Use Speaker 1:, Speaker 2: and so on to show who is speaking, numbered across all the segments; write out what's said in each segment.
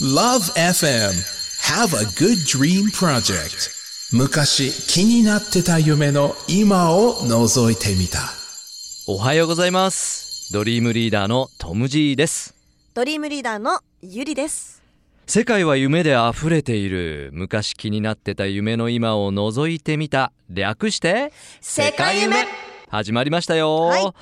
Speaker 1: Love FM Have a Good Dream Project 昔気になってた夢の今を覗いてみた
Speaker 2: おはようございますドリームリーダーのトム・ジーです
Speaker 3: ドリームリーダーのゆりです。
Speaker 2: 世界は夢で溢れている昔気になってた夢の今を覗いてみた略して
Speaker 3: 世界夢
Speaker 2: 始まりましたよ、
Speaker 3: はい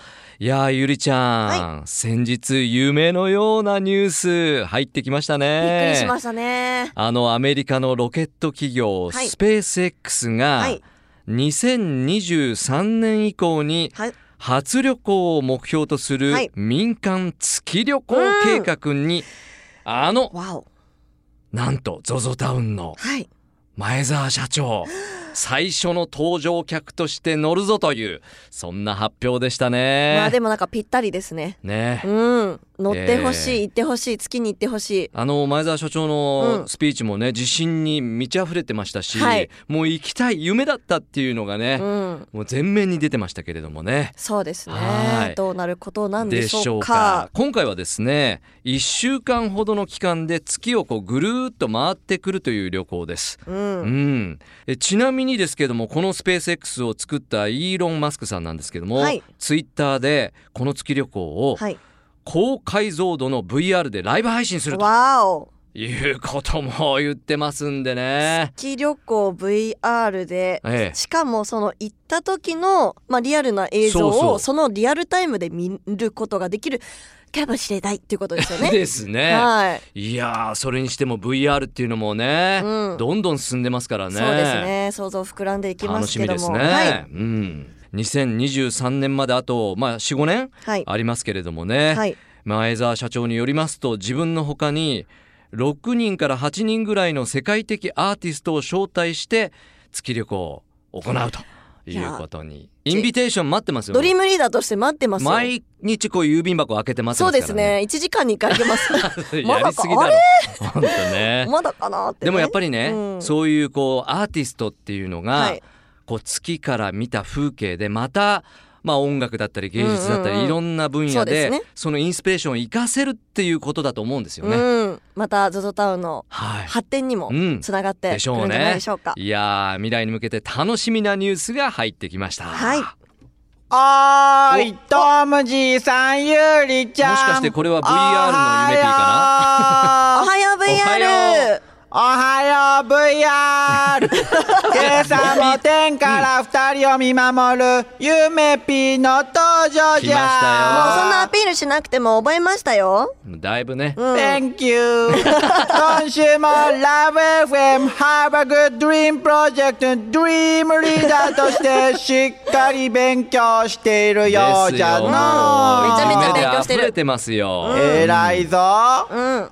Speaker 2: い、やーゆりちゃん、先日夢のようなニュース入ってきました
Speaker 3: び
Speaker 2: ね
Speaker 3: っくりしましたね。
Speaker 2: あのアメリカのロケット企業、
Speaker 3: はい
Speaker 2: スペース X が、
Speaker 3: はい
Speaker 2: 2023年以降に
Speaker 3: はい。
Speaker 2: 初旅行を目標とする
Speaker 3: はい
Speaker 2: 民間月旅行計画に、あの
Speaker 3: わお。
Speaker 2: なんと ZOZO タウンの
Speaker 3: はい。
Speaker 2: 前澤社 長最初の登場客として乗るぞというそんな発表でした
Speaker 3: まあ
Speaker 2: ね
Speaker 3: で。もなんかぴったりですね。
Speaker 2: ね
Speaker 3: うん。乗ってほし
Speaker 2: え
Speaker 3: い、行ってほしい、月に行ってほしい。
Speaker 2: あの前澤所長
Speaker 3: う
Speaker 2: の
Speaker 3: ん
Speaker 2: スピーチもね、自信に満ち溢れてましたし、
Speaker 3: はい
Speaker 2: もう行きたい夢だったっていうのがね
Speaker 3: う、ん。
Speaker 2: もう全面に出てましたけれどもね。
Speaker 3: そうです
Speaker 2: は
Speaker 3: ね
Speaker 2: い。
Speaker 3: どうなることなんで
Speaker 2: で
Speaker 3: し
Speaker 2: しょ
Speaker 3: ょう
Speaker 2: う
Speaker 3: か
Speaker 2: か。今回はですね1週間ほどの期間で月をこうぐるーっと回ってくるという旅行です、
Speaker 3: う
Speaker 2: うん
Speaker 3: ん。
Speaker 2: えちなみにですけどもこのスペース X を作ったイーロン・マスクさんなんですけども、
Speaker 3: はい
Speaker 2: ツイッターでこの月旅行を
Speaker 3: はい。
Speaker 2: 高解像度の VR でライブ配信すると
Speaker 3: わお。
Speaker 2: いうことも言ってますんでね。
Speaker 3: 月旅行 VR で。
Speaker 2: ええ
Speaker 3: しかもその行った時の、まあ、リアルな映像
Speaker 2: そうそ
Speaker 3: を
Speaker 2: う
Speaker 3: そのリアルタイムで見ることができるかもしれないっていうことですよね。
Speaker 2: ですね。
Speaker 3: はい。
Speaker 2: いやーそれにしても VR っていうのもね、
Speaker 3: うん
Speaker 2: どんどん進んでますからね。
Speaker 3: そうですね。想像膨らんでいきま
Speaker 2: 楽
Speaker 3: す
Speaker 2: し
Speaker 3: け
Speaker 2: み
Speaker 3: ど
Speaker 2: です
Speaker 3: も。
Speaker 2: ね、
Speaker 3: はい。
Speaker 2: うん、2023年まであと、まあ、45年
Speaker 3: はい。
Speaker 2: ありますけれどもね、
Speaker 3: はい。
Speaker 2: 前澤社長によりますと自分の他に6人から8人ぐらいの世界的アーティストを招待して月旅行を行うということにインビテーション待ってますよ
Speaker 3: ドリームリーダーとして待ってますよ。
Speaker 2: 毎日こう郵便箱開けてます
Speaker 3: そ
Speaker 2: か
Speaker 3: う
Speaker 2: ら、ね、
Speaker 3: ですね。1時間に1回行け ます。
Speaker 2: す
Speaker 3: ま
Speaker 2: や
Speaker 3: だ
Speaker 2: り
Speaker 3: か
Speaker 2: すぎだろ本当ね
Speaker 3: まだかなって、ね。
Speaker 2: でもやっぱりね、
Speaker 3: うん
Speaker 2: そういうこうアーティストっていうのが、
Speaker 3: はい
Speaker 2: こう月から見た風景でまた、まあ、音楽だったり芸術だったり、
Speaker 3: うんうんうん
Speaker 2: いろんな分
Speaker 3: そ
Speaker 2: 野
Speaker 3: うで
Speaker 2: ですそ
Speaker 3: ね
Speaker 2: のインスピレーションを生かせるっていうことだと思うんですよね。
Speaker 3: うん。また ZOZO タウンの
Speaker 2: はい
Speaker 3: 発展にも
Speaker 2: うん
Speaker 3: つながって
Speaker 2: で
Speaker 3: く
Speaker 2: しょ
Speaker 3: る
Speaker 2: うん
Speaker 3: じゃない
Speaker 2: ね
Speaker 3: でしょうか。。
Speaker 2: いやー未来に向けて楽しみなニュースが入ってきました。
Speaker 3: はい
Speaker 2: も
Speaker 4: おーい、トムジーさん、ゆうりちゃん。
Speaker 2: しかしてこれは VR の夢ピーか
Speaker 3: お
Speaker 4: か
Speaker 3: はよう VR!
Speaker 4: なおはよう、VR! 今朝も天から二人を見守る、ゆめぴーの登場
Speaker 2: 来ま
Speaker 3: もうそ
Speaker 4: じ
Speaker 3: んなア
Speaker 4: ゃ
Speaker 3: ピールしなくても覚えましたよ。
Speaker 2: なだいぶね、
Speaker 3: うん
Speaker 4: Thank you! 今週も LoveFM Have a Good Dream Project Dream リーダーとしてしっかり勉強しているようじゃ
Speaker 2: もう
Speaker 3: め
Speaker 4: の
Speaker 3: ちゃめちゃ勉強
Speaker 2: 夢で
Speaker 3: してる
Speaker 2: 溢れてますよ。
Speaker 4: えらい
Speaker 3: ん
Speaker 4: ぞ、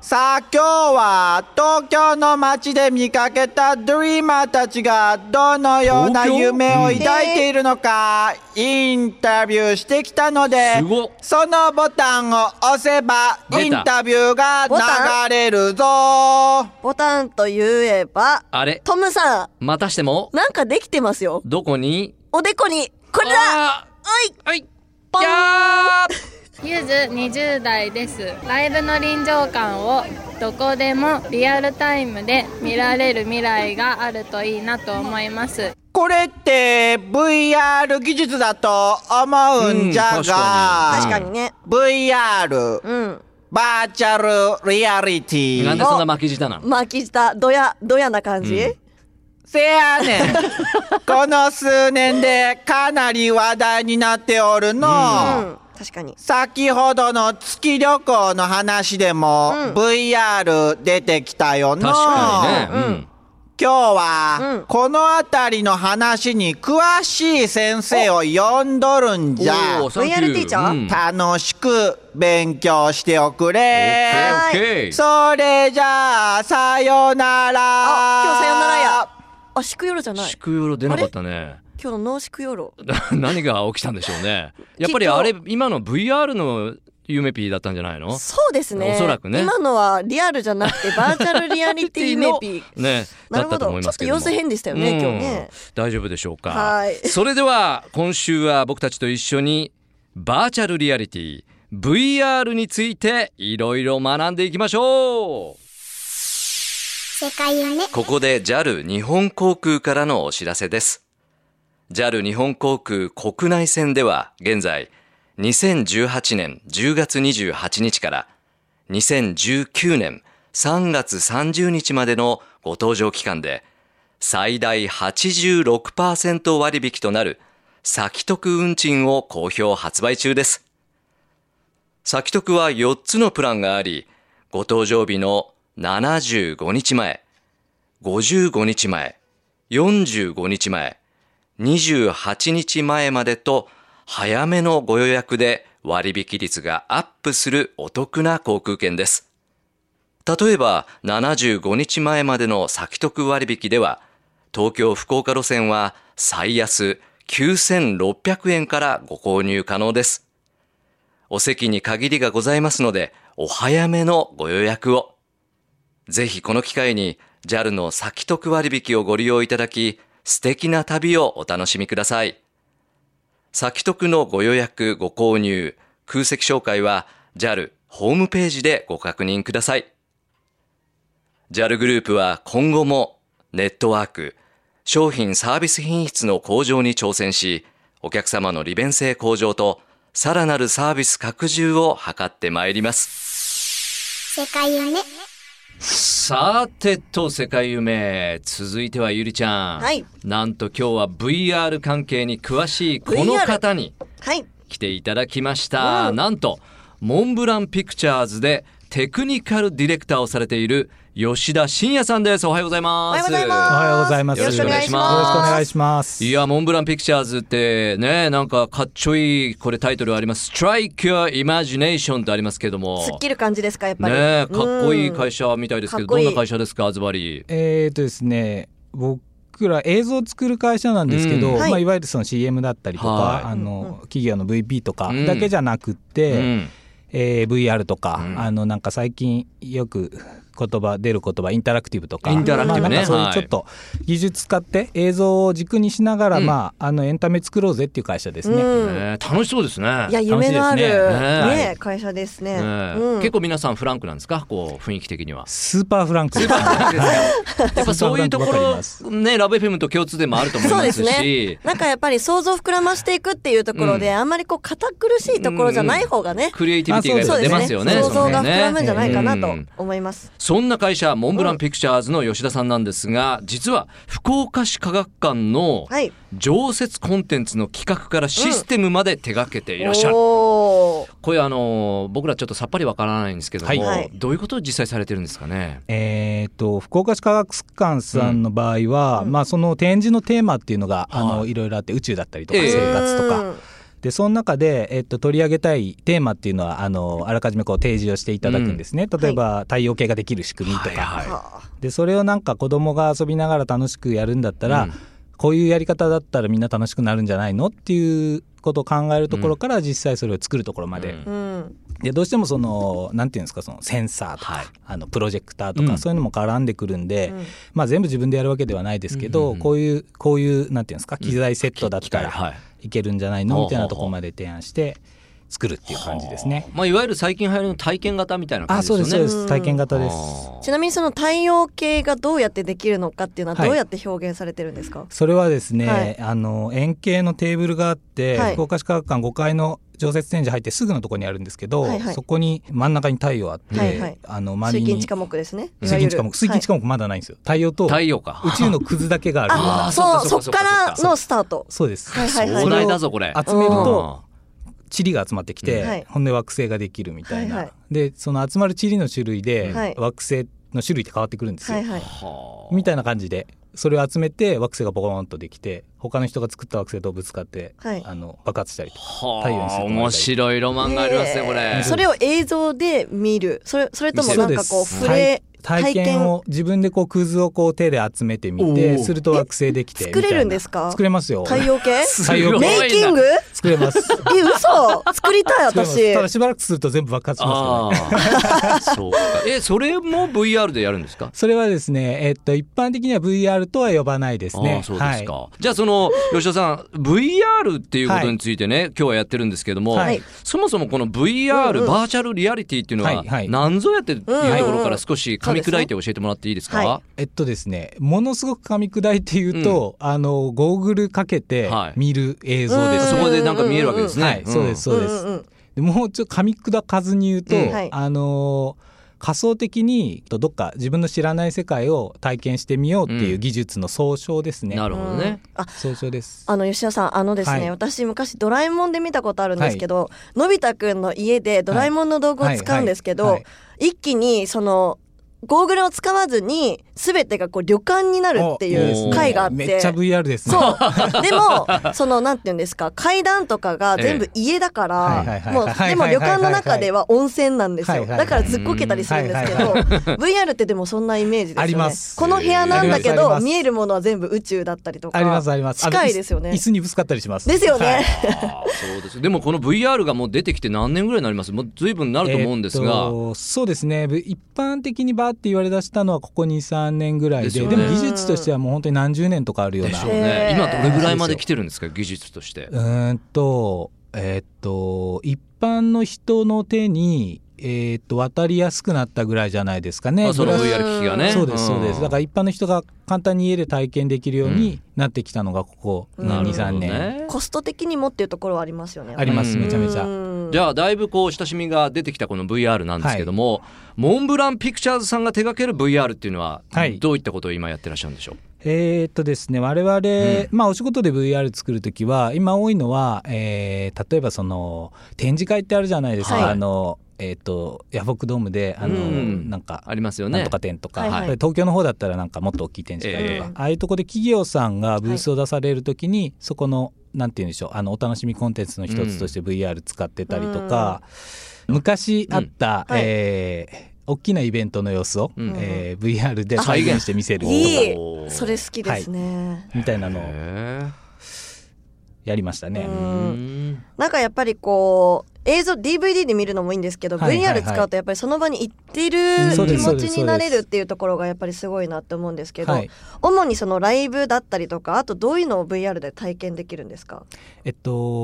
Speaker 4: さあ今日は東京の街で見かけたドリーマーたちがどのような
Speaker 2: 東京
Speaker 4: 夢を抱いているのかインタビューしてきたのです
Speaker 2: ごっ
Speaker 4: そのボタンを押せばイ
Speaker 2: 出
Speaker 4: ン
Speaker 2: た
Speaker 4: タビューが
Speaker 3: ボタ
Speaker 4: 流れるぞ
Speaker 3: ボタンと言えば、
Speaker 2: あれ
Speaker 3: トムさん、
Speaker 2: またしても
Speaker 3: なんかできてますよ。
Speaker 2: どこに
Speaker 3: おでこに、これだ
Speaker 2: あ
Speaker 3: お
Speaker 2: ーは
Speaker 3: い
Speaker 2: い
Speaker 3: ポン
Speaker 2: やー
Speaker 5: ゆず20代ですライブの臨場感をどこでもリアルタイムで見られる未来があるといいなと思います
Speaker 4: これって VR 技術だと思うんじゃ
Speaker 2: うん確か
Speaker 3: 確か
Speaker 4: が、
Speaker 3: にね。
Speaker 4: VR
Speaker 3: うん。
Speaker 4: バーチャルリアリティ
Speaker 2: なんでそんな巻き舌なの
Speaker 3: 巻き舌、どや、どやな感じ、
Speaker 2: うん
Speaker 4: せやね んこの数年でかなり話題になっておるの、
Speaker 3: うん、確かに。
Speaker 4: 先ほどの月旅行の話でも VR 出てきたよの
Speaker 2: 確かにね、うん
Speaker 4: 今日は、
Speaker 3: うん
Speaker 4: この辺りの話に詳しい先生を呼んどるんじゃ
Speaker 2: おーサンキュ
Speaker 3: VR ティーチャー
Speaker 2: うん
Speaker 4: 楽しく勉強しておく
Speaker 2: オッ
Speaker 4: れ
Speaker 2: ケーオッケー
Speaker 4: それじゃあさよなら
Speaker 3: あ、今日さよならや。あ、祝夜じゃない。
Speaker 2: 祝夜出なかったね。
Speaker 3: 今日の祝夜。
Speaker 2: 何が起きたんでしょう ね。やっぱり
Speaker 3: きっと
Speaker 2: あれ、今の VR のゆめぴーだったんじゃないの
Speaker 3: そうですね。
Speaker 2: おそらくね
Speaker 3: 今のはリアルじゃなくて、バーチャルリアリテ ィメピー。
Speaker 2: ね、だ
Speaker 3: なる
Speaker 2: っ
Speaker 3: ほ
Speaker 2: たと
Speaker 3: ど。
Speaker 2: 思い
Speaker 3: ちょ
Speaker 2: ま
Speaker 3: っ
Speaker 2: す
Speaker 3: と
Speaker 2: けども。
Speaker 3: 様子変でしたよね、
Speaker 2: うん
Speaker 3: 今日ね。
Speaker 2: 大丈夫でしょうか。
Speaker 3: はい
Speaker 2: それでは、今週は僕たちと一緒に、バーチャルリアリティ、VR についていろいろ学んでいきましょう
Speaker 6: 世界夢
Speaker 2: ここで JAL 日本航空からのお知らせです。JAL 日本航空国内線では現在2018年10月28日から2019年3月30日までのご搭乗期間で最大86%割引となる先得運賃を好評発売中です。先得は4つのプランがあり、ご搭乗日の75日前、55日前、45日前、28日前までと早めのご予約で割引率がアップするお得な航空券です。例えば75日前までの先得割引では東京福岡路線は最安9600円からご購入可能です。お席に限りがございますので、お早めのご予約を。ぜひこの機会に JAL の先得割引をご利用いただき、素敵な旅をお楽しみください。先得のご予約、ご購入、空席紹介は JAL ホームページでご確認ください。JAL グループは今後もネットワーク、商品サービス品質の向上に挑戦し、お客様の利便性向上とさらなるサービス拡充を図ってまいります。
Speaker 6: 世界夢
Speaker 2: さてと世界夢続いてはゆりちゃん、
Speaker 3: はい
Speaker 2: なんと今日は VR 関係に詳しいこの
Speaker 3: VR
Speaker 2: 方に
Speaker 3: はい。
Speaker 2: 来ていただきました、なんとモンブランピクチャーズでテクニカルディレクターをされている吉田真也さんですおはようござい
Speaker 3: お
Speaker 2: ます
Speaker 3: はようございます。
Speaker 4: おはようございます
Speaker 2: よろしくお願いします
Speaker 4: よろしくお願いします
Speaker 2: いやモンブランピクチャーズってねなんかかっちょいいこれタイトルあります「Strike Your Imagination」とありますけども
Speaker 3: すっきり感じですか、やっぱり。
Speaker 2: ねえかっこいい
Speaker 3: うん
Speaker 2: 会社みたいですけど
Speaker 3: かっこいい
Speaker 2: どんな会社ですかズバリ
Speaker 7: えーとですね僕ら映像を作る会社なんですけど、
Speaker 2: うん
Speaker 7: い
Speaker 3: はい
Speaker 7: まあ、いわゆるその CM だったりとか、
Speaker 2: はい
Speaker 7: あ
Speaker 3: うん
Speaker 7: の企業の VP とか
Speaker 2: うん
Speaker 7: だけじゃなくて、
Speaker 2: うん
Speaker 7: えー VR とか、
Speaker 2: うん
Speaker 7: あのなんか最近よく言葉出る言葉インタラクティブとか
Speaker 2: インタラクティブね
Speaker 7: まあ、なんかそうい
Speaker 2: は
Speaker 7: う
Speaker 2: い
Speaker 7: ちょっと技術使って映像を軸にしながら、
Speaker 2: うん
Speaker 7: まあ、あのエンタメ作ろうぜっていう会社ですね。
Speaker 3: うん。
Speaker 2: ねえ楽しそうですね
Speaker 3: いや、夢のある、
Speaker 7: 楽しいです
Speaker 2: ねね
Speaker 3: ねえ、会社ですね。
Speaker 2: ねえ
Speaker 3: うん
Speaker 2: 結構皆さんフランクなんですかこう雰囲気的には。
Speaker 7: スーパーフランクですね
Speaker 2: やっぱそういうとこ
Speaker 7: わかりま
Speaker 2: ろねラブ FM と共通でもあると思い
Speaker 3: そう
Speaker 2: ま
Speaker 3: ですす
Speaker 2: し
Speaker 3: ね。なんかやっぱり想像膨らましていくっていうところで、あんまりこう堅苦しいところじゃない方がね。
Speaker 2: クリエイティビティがやっ
Speaker 3: そ
Speaker 2: ぱ
Speaker 3: う
Speaker 2: 出
Speaker 3: で
Speaker 2: ます
Speaker 3: す
Speaker 2: よ
Speaker 3: ね。
Speaker 2: ね。
Speaker 3: 想像
Speaker 2: その
Speaker 3: が膨らむんじゃないかな
Speaker 2: う
Speaker 3: と
Speaker 2: ん
Speaker 3: 思います。
Speaker 2: そんな会社モンブランピクチャーズの吉田さんなんですが実は福岡市科学館の
Speaker 3: はい。
Speaker 2: 常設コンテンツの企画からシステムまで手掛けていらっしゃる。
Speaker 3: おー
Speaker 2: これあの僕らちょっとさっぱりわからないんですけども、
Speaker 7: はい
Speaker 3: はい
Speaker 2: どういうことを実際されてるんですかね。
Speaker 7: えー、と福岡市科学館さんの場合は、まあ、その展示のテーマっていうのが、あ
Speaker 2: は
Speaker 7: のいろいろあって宇宙だったりとか
Speaker 2: ええ
Speaker 7: 生活とか、でその中で、えっと取り上げたいテーマっていうのはあのあらかじめこう提示をしていただくんですね、例えば、太陽系ができる仕組みとか、
Speaker 2: はいはい
Speaker 7: でそれをなんか子供が遊びながら楽しくやるんだったら、
Speaker 2: うん
Speaker 7: こういうやり方だったらみんな楽しくなるんじゃないのっていうことを考えるところから実際それを作るところまで、
Speaker 2: うん
Speaker 3: うん。
Speaker 7: でどうしてもそのなんていうんですかそのセンサーとか、
Speaker 2: はい
Speaker 7: あのプロジェクターとか、
Speaker 2: うん
Speaker 7: そういうのも絡んでくるんで、
Speaker 3: うん
Speaker 7: まあ、全部自分でやるわけではないですけど、
Speaker 2: うんうんうん
Speaker 7: こういうこういうなんていうんですか機材セットだったら
Speaker 2: はい。
Speaker 7: いけるんじゃないのみたいなところまで提案して作るっていう感じですね。
Speaker 2: まあいわゆる最近流行りの体験型みたいな感
Speaker 7: あ
Speaker 2: じ
Speaker 7: そう
Speaker 2: で
Speaker 7: です
Speaker 2: す
Speaker 7: そう
Speaker 2: よ
Speaker 7: で
Speaker 2: ね。
Speaker 7: す体験型です。
Speaker 2: あー
Speaker 3: ちなみにその太陽系がどうやってできるのかっていうのは
Speaker 7: はい
Speaker 3: どうやって表現されてるんですか、
Speaker 7: それはですね、
Speaker 3: はい
Speaker 7: あの円形のテーブルがあって、
Speaker 3: はい
Speaker 7: 福岡市科学館5階の常設展示入ってすぐのところにあるんですけど、
Speaker 3: はいはい
Speaker 7: そこに真ん中に太陽あって、
Speaker 3: はいはい
Speaker 7: あの
Speaker 3: 水
Speaker 7: 周りに
Speaker 3: 金地科目ですね。
Speaker 7: 水金地科目水金地
Speaker 3: 科
Speaker 7: 科目まだないんですよ太陽と
Speaker 2: 太陽か。
Speaker 7: 宇宙のくずだけがあるよう
Speaker 2: あ
Speaker 7: な
Speaker 2: ー
Speaker 3: そう
Speaker 2: そかそ
Speaker 3: そうう、そうっ
Speaker 2: か
Speaker 3: から
Speaker 2: そうか
Speaker 3: のスタート。
Speaker 7: そうです
Speaker 3: はいはいはい。
Speaker 2: 壮大だぞこれ。
Speaker 7: 集めると
Speaker 2: うん
Speaker 7: 塵が集まってき
Speaker 2: うん
Speaker 3: は
Speaker 7: て
Speaker 3: い
Speaker 7: ほんで惑星ができるみたい
Speaker 3: はい
Speaker 7: な
Speaker 3: は
Speaker 7: でその集まる塵の種類
Speaker 3: はい
Speaker 7: で惑星の種類って変わってくるんです
Speaker 3: は
Speaker 7: よ
Speaker 3: いはい。
Speaker 2: はあ
Speaker 7: みたいな感じでそれを集めて惑星がボコーンとできて他の人が作った惑星とぶつかって
Speaker 3: はい
Speaker 7: あの爆発したりとか
Speaker 2: はあ
Speaker 7: 太陽に吸い込まれたり
Speaker 2: 面白いロマンがありますねこ
Speaker 3: え
Speaker 2: れ。
Speaker 3: ーそれを映像で見る。それ、それともなんかこう、
Speaker 7: そうです
Speaker 3: 触れ、
Speaker 7: 体体験を自分でこうクズをこう手で集めてみ
Speaker 2: お
Speaker 7: て
Speaker 2: ー
Speaker 7: すると惑星できて
Speaker 3: え
Speaker 7: みたいな
Speaker 3: 作れるんですか
Speaker 7: 作れますよ
Speaker 3: 太陽系
Speaker 2: す
Speaker 7: 太陽
Speaker 2: ごいな
Speaker 3: メイキングえ、
Speaker 7: 作れます
Speaker 3: 嘘作りたい、
Speaker 7: 作れます
Speaker 3: 私
Speaker 7: た。だしばらくすると全部爆発しますから
Speaker 2: あ
Speaker 7: ね
Speaker 2: あ。そうか。えそれも VR でやるんですか。
Speaker 7: それはですね、えっと、一般的には VR とは呼ばないです
Speaker 2: あ
Speaker 7: ね
Speaker 2: あ。そうですか、
Speaker 7: は
Speaker 2: じゃあその吉田さん VR っていうことについてね、今日はやってるんですけども、
Speaker 7: はい
Speaker 2: そもそもこの VR、
Speaker 3: うんうん
Speaker 2: バーチャルリアリティっていうのは
Speaker 7: はいはい
Speaker 2: 何ぞやっていうところ
Speaker 3: うん
Speaker 2: か
Speaker 3: う
Speaker 2: ら
Speaker 3: ん
Speaker 2: 少し簡み砕いて教えてもらっていいですか、
Speaker 3: は
Speaker 7: えっとですねものすごく噛み砕いて言うと、あのゴーグルかけて
Speaker 2: はい
Speaker 7: 見る映像です、
Speaker 2: そこでなんか見えるわけですね、
Speaker 7: はい、そうですそうです、
Speaker 3: んんん
Speaker 7: でもうちょっと噛み砕かずに言うと、
Speaker 3: うんはい
Speaker 7: あのー仮想的にどっか自分の知らない世界を体験してみようっていう技術の総称ですね。
Speaker 2: なるほどね、
Speaker 3: あ
Speaker 7: 総称です。
Speaker 3: あの吉田さんあのですね、
Speaker 7: はい
Speaker 3: 私昔ドラえもんで見たことあるんですけど、のび太くんの家でドラえもんの道具を使うんですけど、
Speaker 7: はいはい
Speaker 3: 一気にそのゴーグルを使わずに全てがこう旅館になるっていう回があって
Speaker 7: めっちゃ VR ですね。
Speaker 3: そう。 でも、その、なんて言うんですか、階段とかが全部家だか
Speaker 7: ええはい
Speaker 3: ら、
Speaker 7: はいはい
Speaker 3: もう、
Speaker 7: はい
Speaker 3: でも旅館の中では温泉なんです
Speaker 7: はい
Speaker 3: よ。
Speaker 7: はいはい
Speaker 3: だからずっこけたりするんですけど、
Speaker 7: うんはい
Speaker 3: VR ってでもそんなイメージですよね。
Speaker 7: あります
Speaker 3: この部屋なんだけ
Speaker 7: ありますあり
Speaker 3: ど、
Speaker 7: ます
Speaker 3: 見えるものは全部宇宙だったりとか。
Speaker 7: ありますあります。あの
Speaker 3: 近いですよね
Speaker 7: 椅子椅子にぶつかったりします。
Speaker 3: ですよね。
Speaker 7: はい
Speaker 2: あーそうですでもこの VR がもう出てきて何年ぐらいになりますもう随分なると思うんです
Speaker 7: え
Speaker 2: が、
Speaker 7: ーとそうですねぶ一般的にバーって言われ出したのはここ23年ぐらいで
Speaker 2: です
Speaker 7: で,、
Speaker 2: よね
Speaker 7: も技術としてはもう本当に何十年とかあるよう
Speaker 2: で
Speaker 7: な
Speaker 2: し
Speaker 7: う
Speaker 2: ょう
Speaker 3: え
Speaker 2: ね
Speaker 3: ー
Speaker 2: 今どれぐらいまで来てるんですか技術として、
Speaker 7: ーんとえーっと一般の人の手に、えーっと渡りやすくなったぐらいじゃないですかね
Speaker 2: あその
Speaker 7: ブラ
Speaker 2: VR 機器がね
Speaker 7: そうですそうです、
Speaker 2: ん
Speaker 7: だから一般の人が簡単に家で体験できるようになってきたのがここ
Speaker 3: うんなるほど
Speaker 7: 23年、
Speaker 3: コスト的にもっていうところはありますよね。
Speaker 7: あります
Speaker 2: うん
Speaker 7: めちゃめちゃ、
Speaker 2: じ
Speaker 3: ゃ
Speaker 2: ゃあだいぶこう親しみが出てきたこの VR なんですけども、モンブランピクチャーズさんが手掛ける VR っていうのは
Speaker 7: はい
Speaker 2: どういったことを今やってらっしゃるんでしょう、
Speaker 7: えーっとですね我々、
Speaker 2: ん
Speaker 7: まあお仕事で VR 作るときは今多いのは、えー例えばその展示会ってあるじゃないですか、
Speaker 2: はい
Speaker 7: あのえーっとヤフオクドームであの、
Speaker 2: うん
Speaker 7: なんか
Speaker 2: ありますよ
Speaker 7: な
Speaker 2: ね
Speaker 7: んとか展とか、
Speaker 3: はいはい
Speaker 7: これ東京の方だったらなんかもっと大きい展示会とか、
Speaker 2: ええ
Speaker 7: ああいうとこで企業さんがブースを出されるときに、そこのなんて言うんでしょうあのお楽しみコンテンツの一つとして VR 使ってたりとか、昔あった、
Speaker 3: うんはい
Speaker 7: えー大きなイベントの様子を、
Speaker 2: うん
Speaker 7: えー VR で再現して見せるとか
Speaker 3: いい
Speaker 2: おー
Speaker 3: それ好きですね。
Speaker 7: みたいなのを
Speaker 2: へ
Speaker 7: やりましたね。
Speaker 3: う
Speaker 2: ー
Speaker 3: ん
Speaker 2: うん
Speaker 3: なんかやっぱりこう、映像 DVD で見るのもいいんですけど、
Speaker 7: はいはいはい
Speaker 3: VR 使うとやっぱりその場に行ってる
Speaker 7: そう
Speaker 3: 気
Speaker 7: です
Speaker 3: 持ちになれるっていうところがやっぱりすごいなって思うんですけど、
Speaker 7: はい、
Speaker 3: 主にそのライブだったりとかあとどういうのを VR で体験できるんですか
Speaker 7: えっ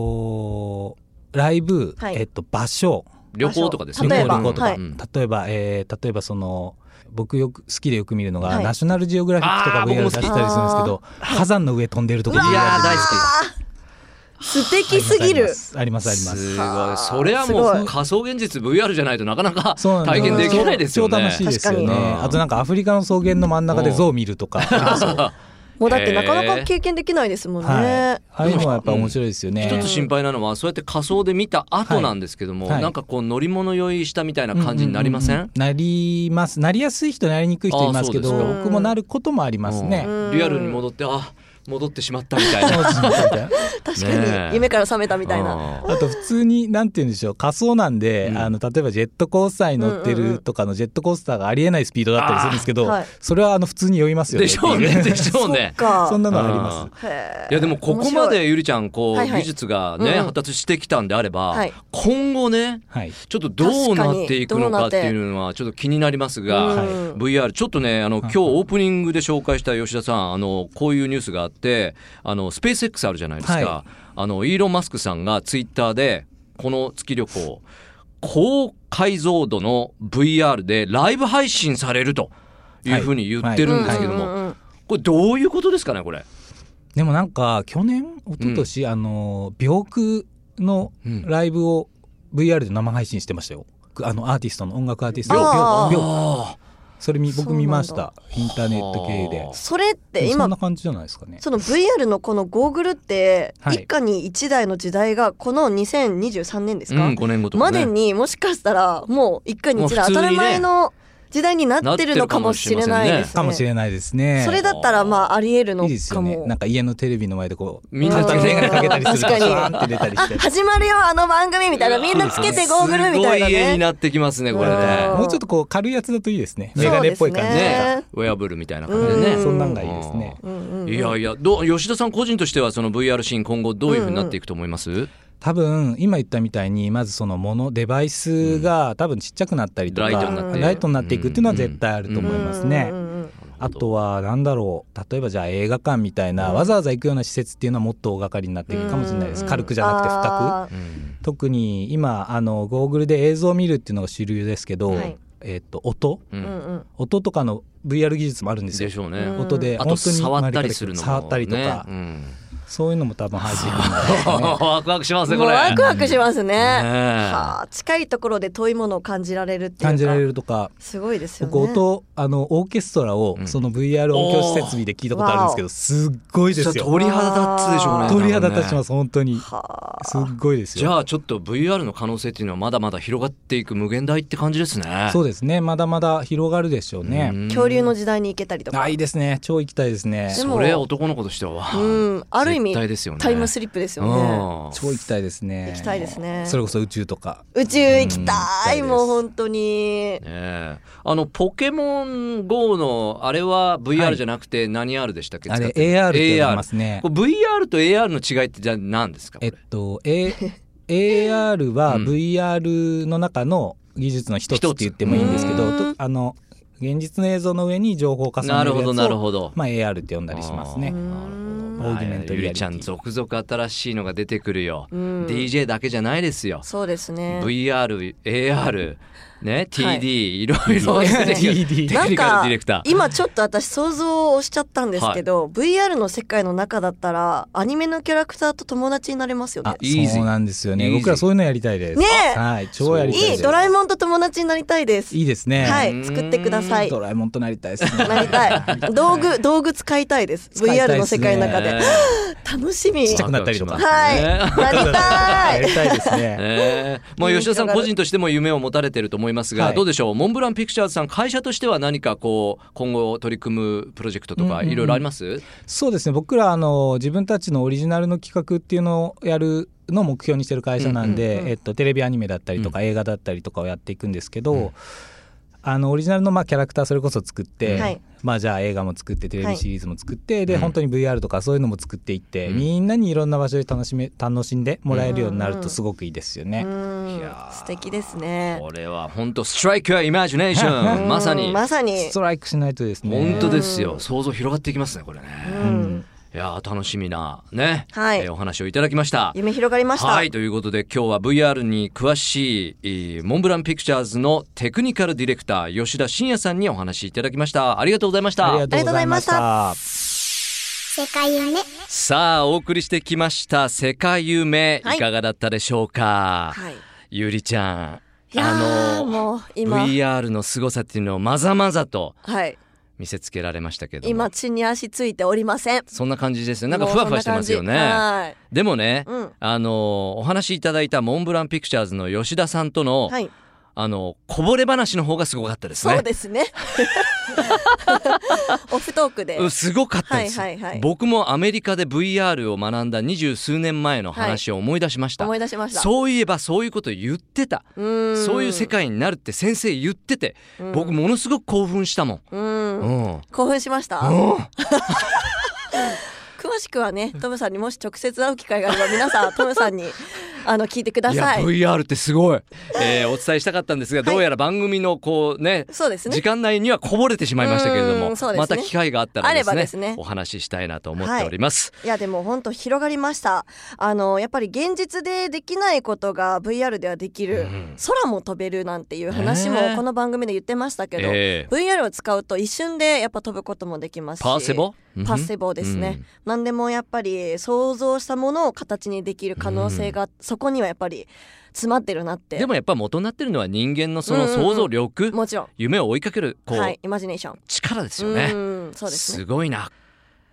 Speaker 7: とライブ、
Speaker 3: はい
Speaker 7: えっと場所
Speaker 2: 旅行とかですよね
Speaker 3: 例えば
Speaker 7: 旅行とか、
Speaker 3: はい
Speaker 2: うん
Speaker 7: 例えば、えー例えばその僕よく好きでよく見るのが、
Speaker 3: はい
Speaker 7: ナショナルジオグラフィックと
Speaker 2: あ
Speaker 7: か
Speaker 2: ー僕も好
Speaker 7: VR 出
Speaker 2: き
Speaker 7: したりするんですけど火山の上飛んでるとこ VR
Speaker 2: いやー大好き
Speaker 3: 素敵すぎ
Speaker 7: ありま
Speaker 3: る
Speaker 7: すありますありますあります
Speaker 2: すごいそれはも
Speaker 3: すご
Speaker 2: う
Speaker 3: い
Speaker 2: 仮想現実 VR じゃないとなかなか
Speaker 7: そうなん
Speaker 2: 体験できないですよ
Speaker 7: 超
Speaker 2: ね
Speaker 7: 楽しいですよ
Speaker 3: 確
Speaker 7: ね
Speaker 2: かに
Speaker 7: あとなんかアフリカの草原の真ん中で象を見るとか、
Speaker 3: もうだってなかなか経験できないですもんね、
Speaker 7: はい、ああいうのはやっぱ面白いですよね、
Speaker 2: 一つ心配なのはそうやって仮想で見た後なんですけども、
Speaker 7: はいはい
Speaker 2: なんかこう乗り物酔いしたみたいな感じになりません,、
Speaker 7: うううなりますなりやすい人なりにくい人いますけ
Speaker 2: あ
Speaker 7: ど
Speaker 2: ーそう
Speaker 3: ですか
Speaker 7: 僕もなることもありますね、
Speaker 3: うん
Speaker 2: リアルに戻ってあ戻ってしまったみたい
Speaker 7: そう
Speaker 2: な。
Speaker 7: ですねみたいな
Speaker 3: 確
Speaker 2: ね
Speaker 3: か
Speaker 2: え
Speaker 3: に夢から覚めたみたいな、
Speaker 2: あー
Speaker 7: あと普通になんて言うんでしょう仮想なんで、
Speaker 2: うん
Speaker 7: あの例えばジェットコースターに乗って
Speaker 3: うんうんう
Speaker 7: る
Speaker 3: ん
Speaker 7: とかのジェットコースターがありえないスピードだったりするんですけど、
Speaker 3: あーはい
Speaker 7: それはあの普通に酔いますよね
Speaker 2: でしょう
Speaker 7: ってい
Speaker 2: ね
Speaker 7: う
Speaker 2: でしょう ね。
Speaker 3: か
Speaker 7: そんなのあります
Speaker 2: うん
Speaker 3: へ
Speaker 2: いやでもここまでゆりちゃんこう
Speaker 3: はいはい
Speaker 2: 技術がね
Speaker 3: うんうん
Speaker 2: 発達してきたんであれば
Speaker 3: はい
Speaker 2: 今後ね
Speaker 7: はい
Speaker 2: ちょっとどうなっていくのかっていうのはちょっと気になりますが
Speaker 3: うん
Speaker 2: VR ちょっとねあの今日オープニングで紹介した吉田さんあのこういうニュースがあってあのスペース X あるじゃないですか
Speaker 7: は
Speaker 2: あのイーロン・マスクさんがツイッターでこの月旅行高解像度の VR でライブ配信されるというふうに言ってるんですけど
Speaker 3: う
Speaker 2: も
Speaker 3: んうん
Speaker 2: これどういうことですかねこれ。
Speaker 7: でもなんか去年一昨年、あの病区の
Speaker 2: うん
Speaker 7: ライブを VR で生配信してましたよあのアーティストの音楽アーティスト
Speaker 3: あ
Speaker 7: の
Speaker 3: ー
Speaker 7: 病区それみ
Speaker 3: そう
Speaker 7: 僕
Speaker 3: なんだ
Speaker 7: 見ましたインターネット系で
Speaker 2: は
Speaker 3: それって
Speaker 7: そん
Speaker 3: 今
Speaker 7: な感じじゃないですかね
Speaker 3: その VR のこのゴーグルって
Speaker 7: はい
Speaker 3: 一家に一台の時代がこの2023年ですか、
Speaker 2: うん、5年後とか、
Speaker 3: ま
Speaker 2: ね、
Speaker 3: でにもしかしたらもう一家に一台
Speaker 2: もう普通
Speaker 3: 当
Speaker 2: にね
Speaker 3: たり前の時代になってるのかもしれないですね。
Speaker 7: かもしれないですね
Speaker 3: それだったらまあありえるの
Speaker 7: いいです
Speaker 3: か
Speaker 7: よ
Speaker 3: も。
Speaker 7: ねなんか家のテレビの前でこう
Speaker 2: みんな
Speaker 7: た
Speaker 2: で
Speaker 7: 眼鏡かけたりすると
Speaker 3: 確かに
Speaker 7: バーンって出たりして
Speaker 3: 始まるよあの番組みたいなみんなつけてゴーグルみたいな
Speaker 2: すごい絵に
Speaker 3: ね。
Speaker 2: なってきますねこれね
Speaker 3: うん
Speaker 7: もうちょっとこう軽いやつだといいですね。
Speaker 3: そう
Speaker 7: メガネっぽい感じ
Speaker 3: です
Speaker 7: とか。
Speaker 2: ねウェアブルみたいな感じでね
Speaker 7: そんなんがいいですね。
Speaker 3: うんうんうん
Speaker 2: いやいやどう吉田さん個人としてはその VR シーン今後どういうふうになっていくと思います、
Speaker 7: 多分今言ったみたいにまずそのものデバイスが多分ちっちゃくなったりとか、
Speaker 2: ライト
Speaker 3: になって
Speaker 7: ライトになっていくっていうのは絶対あると思いますね。
Speaker 3: うんうんうん
Speaker 7: あとは何だろう例えばじゃあ映画館みたいな、わざわざ行くような施設っていうのはもっと大掛かりになっていくかもしれないです、軽くじゃなくて深
Speaker 3: あ
Speaker 2: うん
Speaker 3: ー
Speaker 7: く特に今あのゴーグルで映像を見るっていうのが主流ですけど、
Speaker 3: はい
Speaker 7: えっと音
Speaker 2: うん
Speaker 3: うんうん
Speaker 7: 音とかの VR 技術もあるんですよ
Speaker 2: でしょうね、
Speaker 3: うん
Speaker 7: 音で
Speaker 2: あと
Speaker 7: 本当に
Speaker 2: 触ったりするのも、ね、
Speaker 7: 触ったりとか、
Speaker 2: うん、
Speaker 7: そういうのも多分入ってくるんだろうね
Speaker 2: ワクワクしますね
Speaker 3: も
Speaker 2: こ
Speaker 3: う
Speaker 2: れ
Speaker 3: ワクワクしますね。
Speaker 2: ね
Speaker 3: はあ、近いところで遠いものを感じられるっていうか。
Speaker 7: 感じられるとか
Speaker 3: すごいですよね。
Speaker 7: 僕音あのオーケストラを
Speaker 2: うん
Speaker 7: その VR 音響設備で聞いたことあるんですけどすっごいですよ
Speaker 2: 鳥肌立つでしょうね
Speaker 7: 鳥肌立ちますす本当に
Speaker 3: はあ
Speaker 7: すっごいです
Speaker 2: じ
Speaker 7: よ
Speaker 2: ゃあちょっと VR の可能性っていうのはまだまだ広がっていく無限大って感じですね
Speaker 7: そううですねまだまだ広がるでしょうね
Speaker 2: ん
Speaker 3: 恐竜の時代に行けたりとか。
Speaker 7: あいいですね超行きたいですね
Speaker 3: でも
Speaker 2: それ男の子としては
Speaker 3: うん、ある意味、
Speaker 2: 絶対ですよね
Speaker 3: タイムスリップですよね。
Speaker 2: うん
Speaker 7: 超行きたいですね
Speaker 3: 行きたいですね
Speaker 7: それこそ宇宙とか
Speaker 3: 宇宙行きたい、
Speaker 7: うん
Speaker 3: もう本当に。
Speaker 2: ねえあのポケモン GO のあれは
Speaker 7: は
Speaker 2: VR
Speaker 7: い
Speaker 2: じゃなくて何 R でしたっけ、
Speaker 7: あれ
Speaker 2: 使ってる
Speaker 7: AR ってなりま
Speaker 2: AR
Speaker 7: すね
Speaker 2: これ VR と AR の違いってじゃあ何ですかこ
Speaker 7: えっ
Speaker 2: れ
Speaker 7: と、A、AR は
Speaker 2: うん
Speaker 7: VR の中の技術の一つって言ってもいいんですけ
Speaker 3: 一
Speaker 7: ど、
Speaker 3: つ
Speaker 7: とあの現実の映像の上に情報を重ねる
Speaker 2: な
Speaker 7: やつ
Speaker 2: るほど
Speaker 7: を
Speaker 2: なるほど、
Speaker 7: まあ、AR って呼んだりします
Speaker 2: あ
Speaker 7: ね
Speaker 2: ー。
Speaker 3: うん
Speaker 2: まあ
Speaker 7: オーギュメントリアリティ
Speaker 2: ゆりちゃん続々新しいのが出てくるよ、
Speaker 3: うん
Speaker 2: DJ だけじゃないですよ
Speaker 3: そうですね。
Speaker 2: VR、AR、ね、TD、
Speaker 3: はい
Speaker 2: い、ろいろ
Speaker 3: そうですね
Speaker 7: TD
Speaker 2: テクニカルディレクター。
Speaker 3: 今ちょっと私想像をしちゃったんですけど、VR の世界の中だったらアニメのキャラクターと友達になれますよね
Speaker 7: あ。
Speaker 2: Easy
Speaker 7: そうなんですよね。
Speaker 2: Easy
Speaker 7: 僕らそういうのやりたいです。
Speaker 3: ねえ
Speaker 7: はい、超やりたい
Speaker 3: い
Speaker 7: で
Speaker 3: い
Speaker 7: す。
Speaker 3: ドラえもんと友達になりたいです。
Speaker 7: いいですね。
Speaker 3: は
Speaker 2: う
Speaker 3: い、
Speaker 2: ん
Speaker 3: 作ってください。
Speaker 7: ドラえもんとなりたいです ね。
Speaker 3: なり たい。道具道具使いたいです。
Speaker 7: 使いたい
Speaker 3: VR
Speaker 7: で
Speaker 3: の
Speaker 7: す
Speaker 3: 世
Speaker 7: ね
Speaker 3: 界の中で楽しみ。
Speaker 7: ちっちゃ
Speaker 3: は
Speaker 7: くなったりとか
Speaker 3: い、
Speaker 2: ね
Speaker 3: なりた
Speaker 7: や
Speaker 3: い。
Speaker 7: りたいです ね。
Speaker 2: ええまあ吉田さん個人としても夢を持たれてると思いますが、
Speaker 7: はい
Speaker 2: どうでしょうモンブランピクチャーズさん会社としては何かこう今後取り組むプロジェクトとか
Speaker 7: うんうん
Speaker 2: いろいろあります、
Speaker 7: そうですね。僕らあの自分たちのオリジナルの企画っていうのをやるのを目標にしてる会社なんで、
Speaker 3: うんうんうん
Speaker 7: えっとテレビアニメだったりとか、映画だったりとかをやっていくんですけど、あのオリジナルのまあキャラクターそれこそ作って、
Speaker 3: はい
Speaker 7: まあじゃあ映画も作ってテレビシリーズも作って、で
Speaker 2: うん
Speaker 7: 本当に VR とかそういうのも作っていって、
Speaker 2: うん
Speaker 7: みんなにいろんな場所で楽しめ楽しんでもらえるようになるとすごくいいですよね。
Speaker 3: うん
Speaker 2: いやー
Speaker 3: 素敵ですね。
Speaker 2: これは本当ストライクやイマジネーショ
Speaker 3: う
Speaker 2: ン
Speaker 3: ん
Speaker 2: まさに
Speaker 3: まさに
Speaker 7: ス。トライクしないとですね。
Speaker 2: 本当ですよ想像広がっていきますねこれね、
Speaker 3: う
Speaker 7: うんん
Speaker 2: いやー楽しみなね、
Speaker 3: はい
Speaker 2: えーお話をいただきました
Speaker 3: 夢広がりました。
Speaker 2: はい、ということで今日は VR に詳しいえーモンブランピクチャーズのテクニカルディレクター吉田真也さんにお話いただきました。ありがとうございました。
Speaker 7: ありがとうございまし
Speaker 3: ありが
Speaker 7: た。
Speaker 6: 世界夢
Speaker 2: さあ、お送りしてきました世界夢、
Speaker 3: はい
Speaker 2: い、かがだったでしょうか、
Speaker 3: はい。
Speaker 2: ゆりちゃ
Speaker 3: い
Speaker 2: ん、
Speaker 3: や
Speaker 2: あの、
Speaker 3: ーもう今、
Speaker 2: VR の凄さっていうのをまざまざと
Speaker 3: はい。
Speaker 2: 見せつけられましたけども
Speaker 3: 今地に足ついておりません。
Speaker 2: そんな感じですね。なんかふわふわしてますよ
Speaker 3: もうそんな
Speaker 2: ね。
Speaker 3: 感じはい。
Speaker 2: でもね、
Speaker 3: うん
Speaker 2: あの、お話しいただいたモンブランピクチャーズの吉田さんとの、
Speaker 3: はい、
Speaker 2: あの、こぼれ話の方がすごかったですね。
Speaker 3: そうで すね。オフトークで。
Speaker 2: うんすごかったです、
Speaker 3: はいはいはい
Speaker 2: 僕もアメリカで VR を学んだ二十数年前の話を思い出しました、
Speaker 3: 思い出しました。
Speaker 2: そういえばそういうこと言ってた、
Speaker 3: うん
Speaker 2: そういう世界になるって先生言ってて、
Speaker 3: うん
Speaker 2: 僕ものすごく興奮したもん、
Speaker 3: うん
Speaker 2: うん
Speaker 3: 興奮しました。
Speaker 2: うん
Speaker 3: 詳しくはね、トムさんにもし直接会う機会があれば、皆さん、トムさんに、あの、聞いてくだ
Speaker 2: いや
Speaker 3: さい。
Speaker 2: VR ってす ごい、えーお伝えしたかったんですが、どうやら番組のこうね
Speaker 3: そうですね
Speaker 2: 時。間内にはこぼれてしまいましたけれども、
Speaker 3: うんそうですね
Speaker 2: また機会があったらです
Speaker 3: あれば
Speaker 2: ね
Speaker 3: ですね
Speaker 2: お話ししたいなと思っております、
Speaker 3: いやでも本当広がりましたあのやっぱり現実でできないことが VR ではできる、
Speaker 2: うん
Speaker 3: 空も飛べるなんていう話も
Speaker 2: ねえ
Speaker 3: この番組で言ってましたけど、
Speaker 2: え
Speaker 3: VR を使うと一瞬でやっぱ飛ぶこともできますし
Speaker 2: パーセボ
Speaker 3: パッセボですね、
Speaker 2: うん
Speaker 3: 何でもやっぱり想像したものを形にできる可能性が、そこにはやっぱり詰まってるなって
Speaker 2: でもやっぱ元になってるのは人間のそ
Speaker 3: うん
Speaker 2: の
Speaker 3: うんうん
Speaker 2: 想像力、
Speaker 3: もちろん
Speaker 2: 夢を追いかけるこう、
Speaker 3: はいイマジネーション
Speaker 2: 力ですよね。
Speaker 3: うんそうですね
Speaker 2: ごいな。
Speaker 3: うん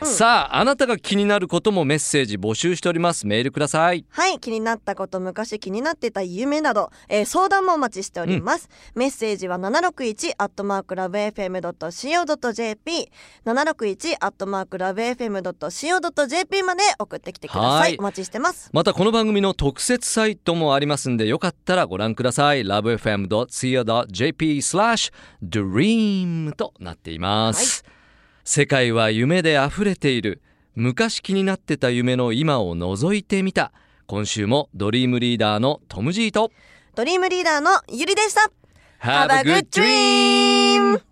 Speaker 2: さああなたが気になることもメッセージ募集しておりますメールください
Speaker 3: はい気になったこと昔気になってた夢など、えー相談もお待ちしております、メッセージは761アットマークラブ FM.co.jp 761アットマークラブ FM.co.jp まで送ってきてくださ
Speaker 2: はいい
Speaker 3: お待ちしてます
Speaker 2: またこの番組の特設サイトもありますんでよかったらご覧ください lovefm.co.jp スラッシュ dream となっています、世界は夢で溢れている昔気になってた夢の今を覗いてみた今週もドリームリーダーのトム・ジーと
Speaker 3: ドリームリーダーのゆりでした
Speaker 2: Have a good dream!